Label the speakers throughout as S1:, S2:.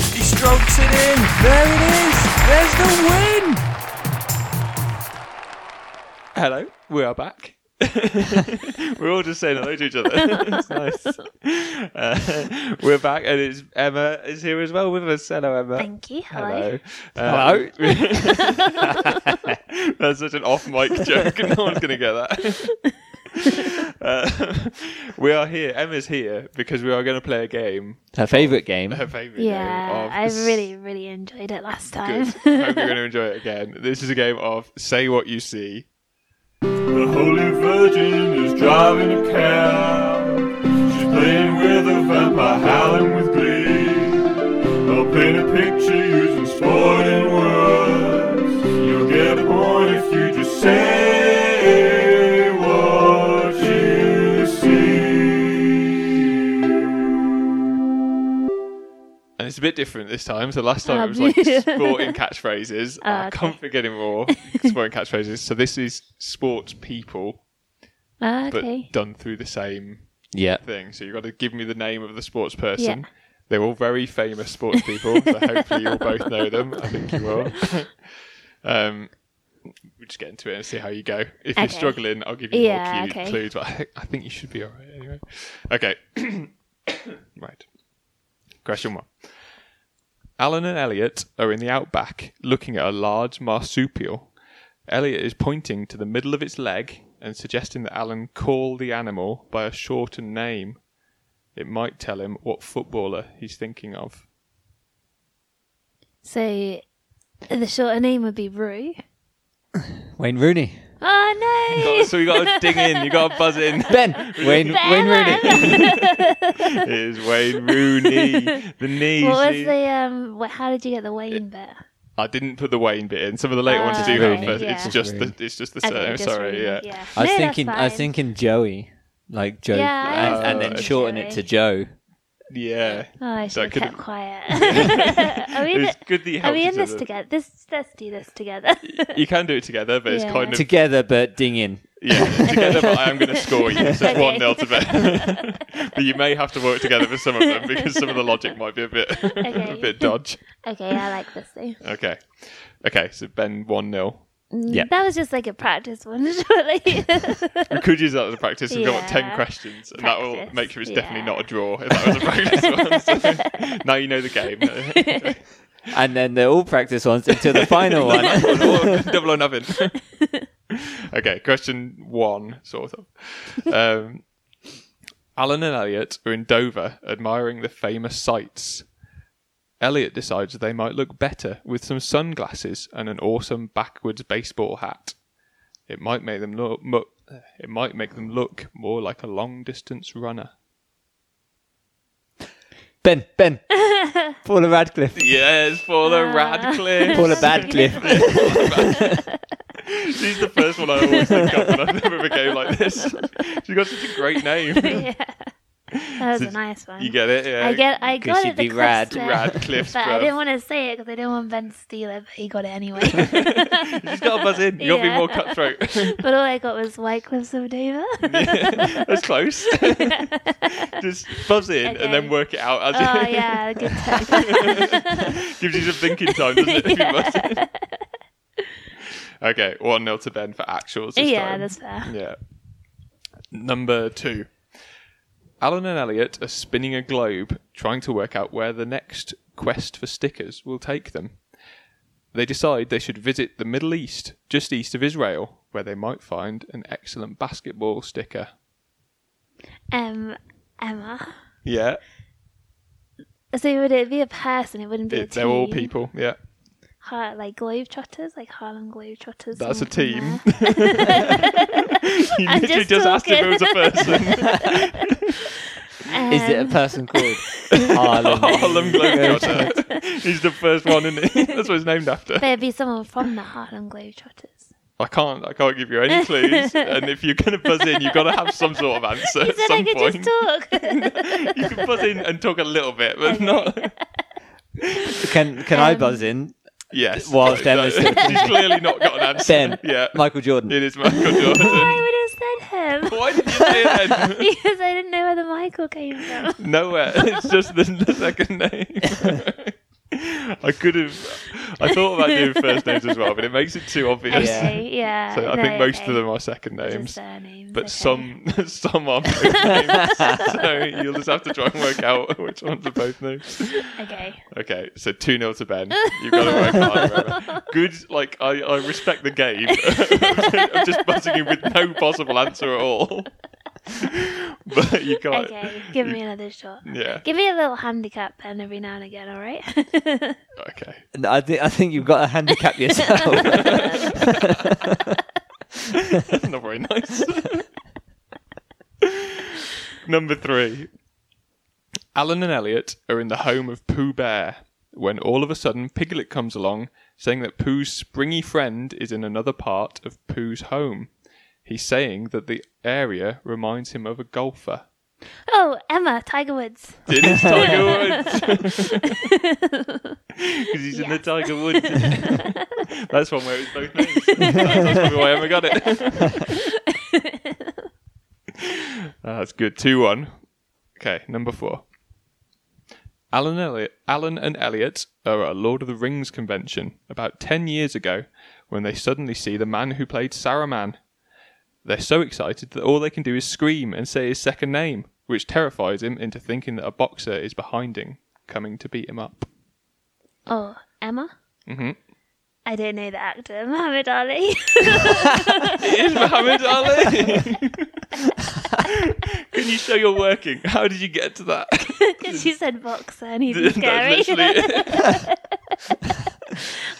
S1: soaks it in. There it is. There's the win. Hello, we are back. we're all just saying hello to each other. it's nice. Uh, we're back, and it's Emma is here as well with us. Hello, Emma.
S2: Thank you. Hello.
S1: Hello. Hello. That's such an off mic joke. No one's going to get that. Uh, we are here. Emma's here because we are going to play a game.
S3: Her favourite game.
S1: Her favourite game.
S2: Yeah,
S1: Of
S2: I really, really enjoyed it last time.
S1: Good. Hope you're going to enjoy it again. This is a game of say what you see.
S4: The Holy Virgin is driving a cab. She's playing with a vampire, howling with glee. I'll paint a picture using sporting words. You'll get a point if you just say what you see.
S1: And it's a bit different this time. So last time
S2: Ah,
S1: it was like
S2: yeah.
S1: sporting catchphrases.
S2: Ah,
S1: I
S2: okay.
S1: can't forget it more. sporting catchphrases. So this is sports people,
S2: Ah,
S1: but
S2: okay.
S1: done through the same
S3: Yeah.
S1: thing. So you've got to give me the name of the sports person.
S2: Yeah.
S1: They're all very famous sports people, so hopefully you'll both know them. I think you will. um, we'll just get into it and see how you go. If you're
S2: Okay.
S1: struggling, I'll give you
S2: Yeah,
S1: more clue-
S2: okay.
S1: clues, but I, think- I think you should be all right anyway. Okay. right. Question one. Alan and Elliot are in the outback looking at a large marsupial. Elliot is pointing to the middle of its leg and suggesting that Alan call the animal by a shortened name. It might tell him what footballer he's thinking of.
S2: So the shorter name would be Rue.
S3: Wayne Rooney.
S2: Oh no!
S1: so you got to ding in, you got to buzz in.
S3: Ben. Wayne Wayne
S2: Ben!
S3: Rooney.
S1: it is Wayne Rooney, the knee.
S2: What
S1: see?
S2: was the um? wh- How did you get the Wayne bit?
S1: I didn't put the Wayne bit in. Some of the later ones
S2: Ah,
S1: do have,
S3: Rooney.
S1: but
S2: yeah.
S1: it's just the
S3: Rooney.
S1: it's just the
S2: Okay,
S1: surname.
S2: just
S1: Sorry,
S2: Rooney,
S1: yeah.
S2: yeah.
S3: I was
S2: No, that's
S3: thinking I was
S2: fine.
S3: thinking Joey. Like Joe
S2: Yeah, I
S3: and,
S2: was
S3: and then
S1: thinking
S3: shorten
S2: Joey.
S3: it to Joe.
S1: yeah,
S2: Oh, I
S1: So I
S2: should have
S1: could've-
S2: kept quiet. are we,
S1: It
S2: in,
S1: was good that you
S2: are
S1: helped
S2: we in
S1: each
S2: this
S1: other.
S2: together? This let's do this together.
S1: You can do it together, but it's
S2: Yeah.
S1: kind of
S3: Together but ding in.
S1: yeah together. But I am going to score you. So it's
S2: Okay.
S1: one nil to Ben. but you may have to work together for some of them because some of the logic might be a bit a
S2: Okay.
S1: bit dodge.
S2: okay, I like this though.
S1: Okay, okay. So Ben one 0
S3: Yeah.
S2: Mm, That was just like a practice one, surely.
S1: We could use that as a practice. We've got
S2: Yeah.
S1: ten questions, and that will
S2: Practice,
S1: make sure it's definitely
S2: yeah.
S1: not a draw. If that was a practice one, so now you know the game.
S3: And then they're all practice ones until the final one.
S1: Or double or nothing. okay, question one, sort of. Um, Alan and Elliot are in Dover admiring the famous sights. Elliot decides they might look better with some sunglasses and an awesome backwards baseball hat. It might make them look, mo- it might make them look more like a long distance runner.
S3: Ben, Ben. Paula Radcliffe.
S1: Yes, Paula Radcliffe.
S3: Paula Badcliffe.
S1: She's the first one I always think of when I think of a game like this. She's got such a great name.
S2: yeah. That was
S1: So
S2: a nice one.
S1: You get it? Yeah.
S2: I get. I got
S3: you'd
S2: it. The
S3: be rad.
S2: crisp bit,
S1: Radcliffe's
S2: But I
S1: bruv.
S2: didn't want to say it because I didn't want Ben to steal it. But he got it anyway.
S1: You just got to buzz in. You got to be
S2: Yeah.
S1: more cutthroat.
S2: but all I got was White Cliffs of Dover.
S1: That's close. just buzz in and then
S2: Okay.
S1: work it out. As
S2: oh
S1: it
S2: yeah, good time.
S1: gives you some thinking time, doesn't it? If you buzz in. Okay, one nil to Ben for actuals. This
S2: yeah,
S1: time.
S2: that's fair.
S1: Yeah. Number two. Alan and Elliot are spinning a globe, trying to work out where the next quest for stickers will take them. They decide they should visit the Middle East, just east of Israel, where they might find an excellent basketball sticker.
S2: Um, Emma.
S1: Yeah,
S2: So would it be a person? It wouldn't be a
S1: it-
S2: team.
S1: they're all people. Yeah,
S2: Ha- like Globetrotters, like Harlem Globetrotters.
S1: that's a
S2: something like
S1: team.
S2: that.
S1: you literally just,
S2: just
S1: asked if it was a person.
S3: Is it a
S2: Um,
S3: person called Harlem?
S1: Harlem Globetrotter. He's the first one, and that's what it's named after.
S2: There'd be someone from the Harlem Globetrotters.
S1: I can't. I can't give you any clues. and if you're going to buzz in, you've got to have some sort of answer
S2: You
S1: at
S2: said I
S1: some
S2: could
S1: point.
S2: just talk.
S1: you can buzz in and talk a little bit, but not.
S3: Can can I buzz in?
S1: Yes.
S3: Whilst
S1: No,
S3: Emma's
S1: no, she's clearly not got an answer.
S3: Ben.
S1: Yeah.
S3: Michael Jordan.
S1: It is Michael Jordan.
S2: Oh, I would have said him.
S1: Why did you say it then?
S2: because I didn't know where the Michael came from.
S1: Nowhere. It's just the, the second name. I could have. I thought about doing first names as well, but it makes it too obvious.
S3: Yeah.
S2: Okay, yeah.
S1: So I
S2: no,
S1: think most
S2: okay.
S1: of them are second
S2: Those are
S1: names,
S2: surnames,
S1: but
S2: okay.
S1: some some are both names. so you'll just have to try and work out which ones are both names.
S2: Okay.
S1: Okay, so two 0 to Ben. You've got to work hard. Remember. Good. Like I, I respect the game. I'm just buzzing in with no possible answer at all. but you can't.
S2: Okay. Give me another shot.
S1: Yeah.
S2: Give me a little handicap pen every now and again, all right?
S1: Okay.
S3: I think I think you've got to handicap yourself.
S1: Not very nice. Number three. Alan and Elliot are in the home of Pooh Bear when all of a sudden Piglet comes along saying that Pooh's springy friend is in another part of Pooh's home. He's saying that the area reminds him of a golfer.
S2: oh, Emma, Tiger Woods.
S1: It is Tiger Woods. Because he's in the Tiger Woods. That's one where it's both names. That's probably why I haven't got it. That's good. 2 1. Okay, number four. Alan, Elliot, Alan and Elliot are at a Lord of the Rings convention about 10 years ago when they suddenly see the man who played Saruman. They're so excited that all they can do is scream and say his second name, which terrifies him into thinking that a boxer is behind him, coming to beat him up.
S2: Oh, Emma?
S1: Mhm.
S2: I don't know the actor, Muhammad Ali.
S1: Is Muhammad Ali? Can you show you're working? How did you get to that?
S2: Because you said boxer and he's
S1: That's
S2: scary.
S1: literally-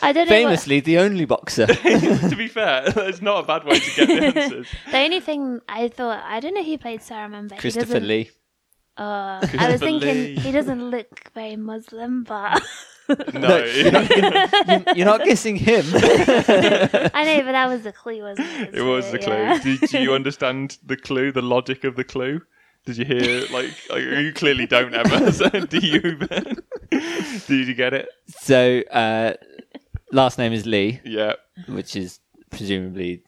S2: I don't know. what-
S3: Famously, the only boxer.
S1: to be fair, it's not a bad way to get the answers.
S2: The only thing I thought, I don't know who played Saruman, but he
S3: Christopher
S2: doesn't,
S3: Lee.
S2: Uh, I
S1: Christopher
S2: was thinking
S1: Lee.
S2: he doesn't look very Muslim, but
S1: No,
S3: You, you're not guessing him.
S2: I know. But that was the clue, wasn't it?
S1: it was the clue.
S2: yeah.
S1: Did, do you understand the clue, the logic of the clue? Did you hear, like, like, you clearly don't, Emma. So do you, Ben? Did you get it?
S3: so uh, last name is Lee,
S1: Yeah.
S3: which is presumably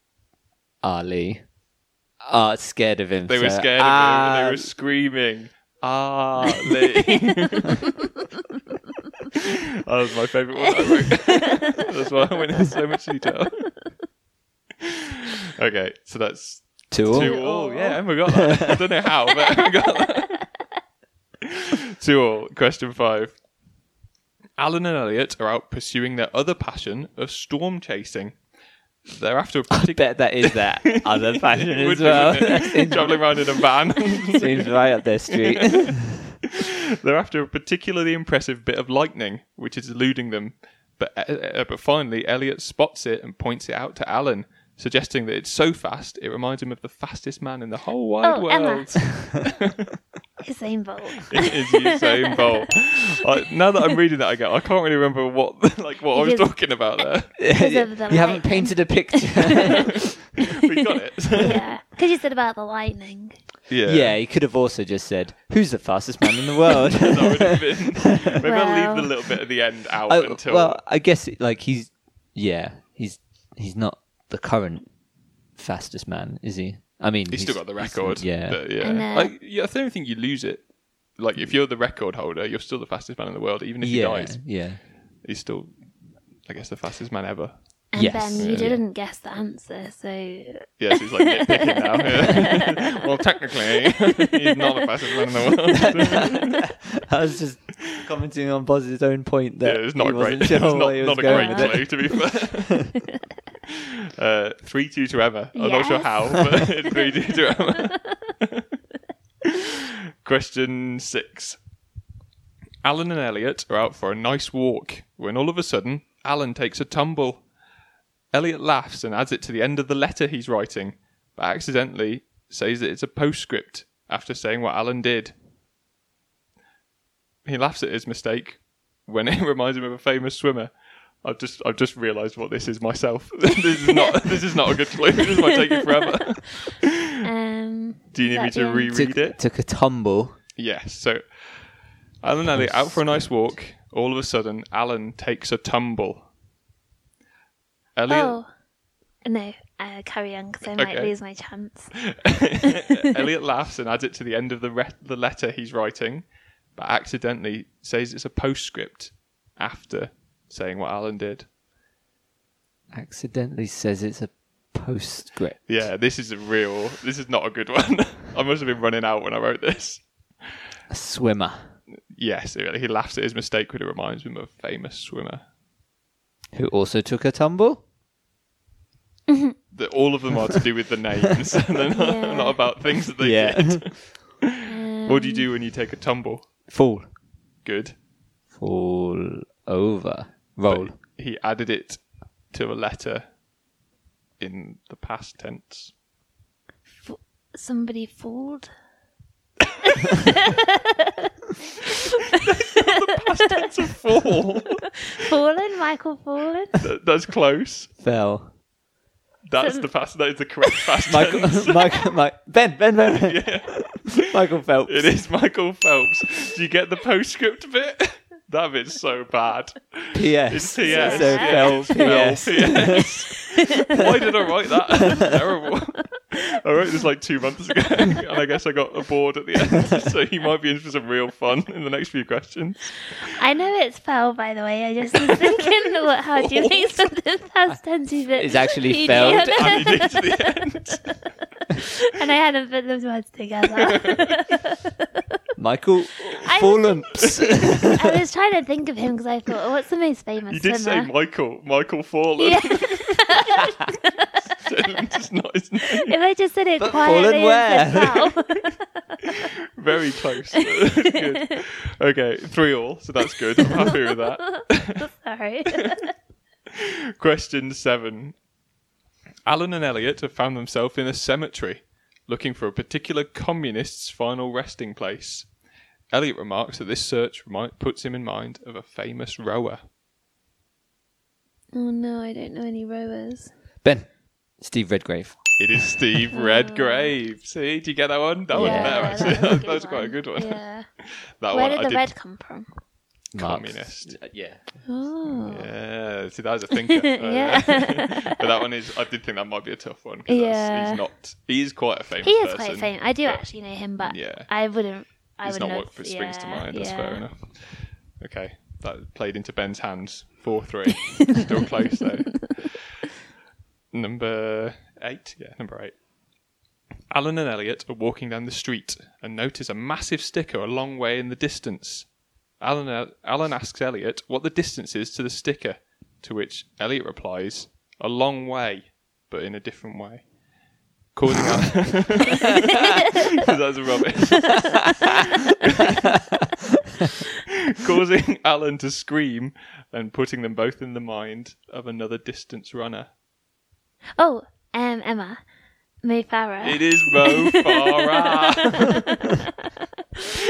S3: Ali. Ah, scared of him.
S1: They were
S3: so- uh,
S1: scared of him and they were screaming. Ah, Lee. that was my favourite one I wrote. that's why I went into so much detail. okay, so that's
S3: Two. all.
S1: two all. Yeah, Emma got that. I don't know how, but Emma got that. two all. Question five. Alan and Elliot are out pursuing their other passion of storm chasing. They're after a
S3: I
S1: particular
S3: bet that is that other fashion
S1: Would
S3: as
S1: be,
S3: well.
S1: wouldn't it? traveling around in a van.
S3: Seems right up their street.
S1: They're after a particularly impressive bit of lightning, which is eluding them. But, uh, uh, but finally, Elliot spots it and points it out to Alan, suggesting that it's so fast it reminds him of the fastest man in the whole wide
S2: Oh, Emma.
S1: world.
S2: Usain Bolt.
S1: it is Usain Bolt. I, now that I'm reading that again, I can't really remember what like what I was
S2: Because-
S1: talking about there.
S2: Because of the
S3: you haven't
S2: light.
S3: painted a picture.
S1: We got it.
S2: Yeah, because you said about the lightning.
S1: yeah.
S3: yeah, you could have also just said, "Who's the fastest man in the world?"
S1: That would have been. Maybe I'll
S2: Well.
S1: leave the little bit at the end out
S3: I-
S1: until.
S3: Well, I guess it, like he's yeah, he's he's not the current fastest man, is he? I mean,
S1: He's, still got the record.
S3: yeah.
S1: but yeah.
S2: And, uh,
S1: like, yeah, I don't think you lose it. Like, if you're the record holder, you're still the fastest man in the world, even if
S3: yeah,
S1: he dies.
S3: yeah.
S1: He's still, I guess, the fastest man ever.
S2: And
S3: Yes.
S2: Ben,
S3: Yeah.
S2: you didn't guess the answer, so
S1: Yes, he's like nitpicking now. Yeah. well, technically, he's not the fastest man in the world.
S3: I was just commenting on Boz's own point
S1: yeah,
S3: that
S1: it's not
S3: he
S1: a great,
S3: wasn't sure
S1: it's not,
S3: where he was
S1: not a
S3: going
S1: great
S3: with it.
S1: clue, to be fair. uh, 3 2 to Emma. I'm not sure
S2: Yes.
S1: how, but 3 2 to Emma. Question 6. Alan and Elliot are out for a nice walk when all of a sudden Alan takes a tumble. Elliot laughs and adds it to the end of the letter he's writing, but accidentally says that it's a postscript after saying what Alan did. He laughs at his mistake when it reminds him of a famous swimmer. I've just I've just realised what this is myself. this is not this is not a good clue. This might take you forever.
S2: um,
S1: Do you need me
S2: That'd
S1: to
S2: be-
S1: reread
S3: Took,
S1: it?
S3: took a tumble.
S1: Yes. So Alan and Elliot out for a nice walk. All of a sudden, Alan takes a tumble. Elliot,
S2: oh no, uh, carry on because I might
S1: Okay.
S2: lose my chance.
S1: Elliot laughs and adds it to the end of the re- the letter he's writing, but accidentally says it's a postscript after saying what Alan did.
S3: Accidentally says it's a postscript.
S1: Yeah, this is a real. This is not a good one. I must have been running out when I wrote this.
S3: A swimmer
S1: Yes, he he laughs at his mistake when it reminds him of a famous swimmer.
S3: who also took a tumble.
S1: The, all of them are to do with the names, and they're not,
S2: Yeah.
S1: not about things that they did. What do you do when you take a tumble?
S3: Fall.
S1: Good.
S3: Fall over. Roll.
S1: He added it to a letter in the past tense.
S2: Somebody fooled.
S1: Fall.
S2: Fallen? Michael Fallen?
S1: That- That's close.
S3: Fell.
S1: That's
S2: So-
S1: the past. That is the correct past
S3: Michael,
S1: tense.
S3: Michael, Mike, Ben, Ben, Ben, ben.
S1: Yeah,
S3: Michael Phelps.
S1: it is Michael Phelps. Do you get the postscript bit? That bit's so bad.
S3: P.S.
S1: It's P.S.
S3: So
S2: Yeah.
S3: Phelps, P.S.
S1: LPS. Why did I write that? That's terrible. I wrote this like two months ago, and I guess I got bored at the end. So you might be in for some real fun in the next few questions.
S2: I know it's fell, by the way. I just was thinking, what, how do you think something past tense is
S3: It's actually
S2: PD?
S3: felled.
S1: And you did to the end.
S2: And I hadn't put those words together.
S3: Michael
S2: I
S3: Fallumps.
S2: I was trying to think of him because I thought, oh, what's the most famous
S1: You did say
S2: swimmer?
S1: Michael, Michael Fallen.
S2: yeah.
S1: it's not his name.
S2: if I just said it
S3: But
S2: quietly and
S3: fallen
S2: said fell.
S1: Very close. good. Okay, three all. So that's good. I'm happy with that.
S2: Sorry.
S1: Question seven. Alan and Elliot have found themselves in a cemetery, looking for a particular communist's final resting place. Elliot remarks that this search remind, puts him in mind of a famous rower.
S2: Oh no, I don't know any rowers.
S3: ben. Steve Redgrave.
S1: It is Steve Redgrave. See, do you get that one? That
S3: Oh, Yeah,
S1: one's better,
S2: that was a
S1: actually.
S2: good
S1: That's quite a good one.
S2: Yeah.
S1: That one
S2: Where did
S1: I
S2: the
S1: did.
S2: red come from?
S3: Marx.
S1: Communist.
S3: Yeah.
S2: Oh.
S1: Yeah, see, that was a thinker. Uh,
S2: Yeah.
S1: but that one is, I did think that might be a tough one. 'cause that's-
S2: Yeah.
S1: He's not, he is quite a famous
S2: He is
S1: person.
S2: quite famous. I do
S1: but-
S2: actually know him, but
S1: Yeah.
S2: I wouldn't. I
S1: It's
S2: would
S1: not
S2: know,
S1: what springs to
S2: yeah,
S1: mind. That's
S2: yeah.
S1: fair enough. Okay, that played into Ben's hands. Four three, still close though. Number eight, yeah, number eight. Alan and Elliot are walking down the street and notice a massive sticker a long way in the distance. Alan Alan asks Elliot what the distance is to the sticker, to which Elliot replies, "A long way, but in a different way." Causing that. That's rubbish. causing Alan to scream and putting them both in the mind of another distance runner.
S2: Oh, um, Emma. May Farah.
S1: It is Mo Farah.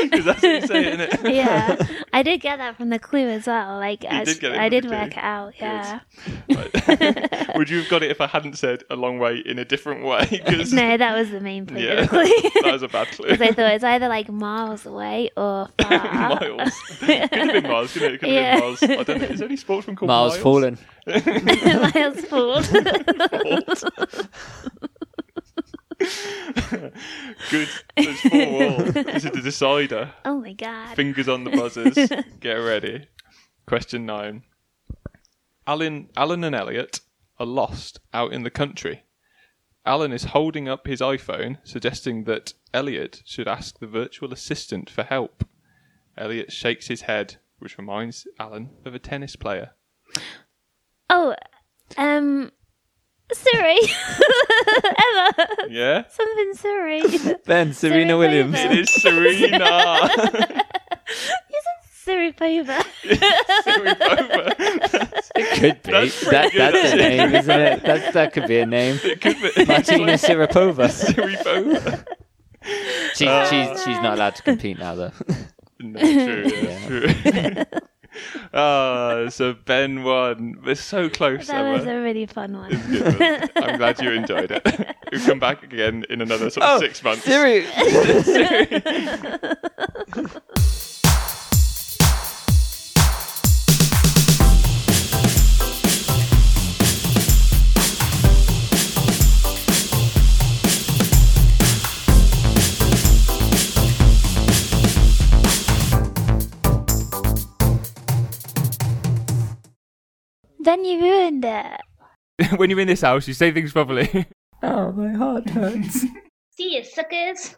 S1: Because that's what you say, isn't it?
S2: yeah, I did get that from the clue as well. Like, I,
S1: did get it from
S2: I
S1: the
S2: did
S1: clue.
S2: work it out. Yeah,
S1: Right. Would you have got it if I hadn't said a long way in a different way? 'Cause-
S2: no, that was the main point
S1: yeah,
S2: of the
S1: that
S2: clue.
S1: was a bad clue.
S2: Because I thought it's either like miles away or far.
S1: Miles. Could have been Miles, couldn't it? Could have
S2: Yeah.
S1: been Miles. I don't know. Is there any sportsman called
S3: Miles Fallen.
S2: miles forward.
S1: Good. There's four all. This is the decider.
S2: oh my god.
S1: Fingers on the buzzers. Get ready. Question nine. Alan, Alan and Elliot are lost out in the country. Alan is holding up his iPhone, suggesting that Elliot should ask the virtual assistant for help. Elliot shakes his head, which reminds Alan of a tennis player.
S2: oh, um, sorry, Emma.
S1: Yeah?
S2: Something sorry. Siri
S3: Ben, Serena
S2: Serena
S3: Williams.
S2: Williams.
S1: It is Serena!
S2: Pova.
S1: Sorry, Boba.
S3: Could be.
S1: That's pretty
S3: that,
S1: good,
S3: that's a
S1: actually.
S3: name, isn't it? That, that could be a name.
S1: It could be.
S3: Martina Sirapova.
S1: Sorry, Boba.
S3: She's, she's, she's not allowed to compete now, though.
S1: No, true, yeah, true. Ah, so Ben won. We're so close,
S2: That
S1: Emma.
S2: was a really fun one.
S1: Good one. I'm glad you enjoyed it. We'll come back again in another sort
S3: Oh,
S1: of six months.
S3: Siri.
S2: Then you ruined it.
S5: when you're in this house, you say things properly.
S3: Oh, my heart hurts.
S2: See you, suckers.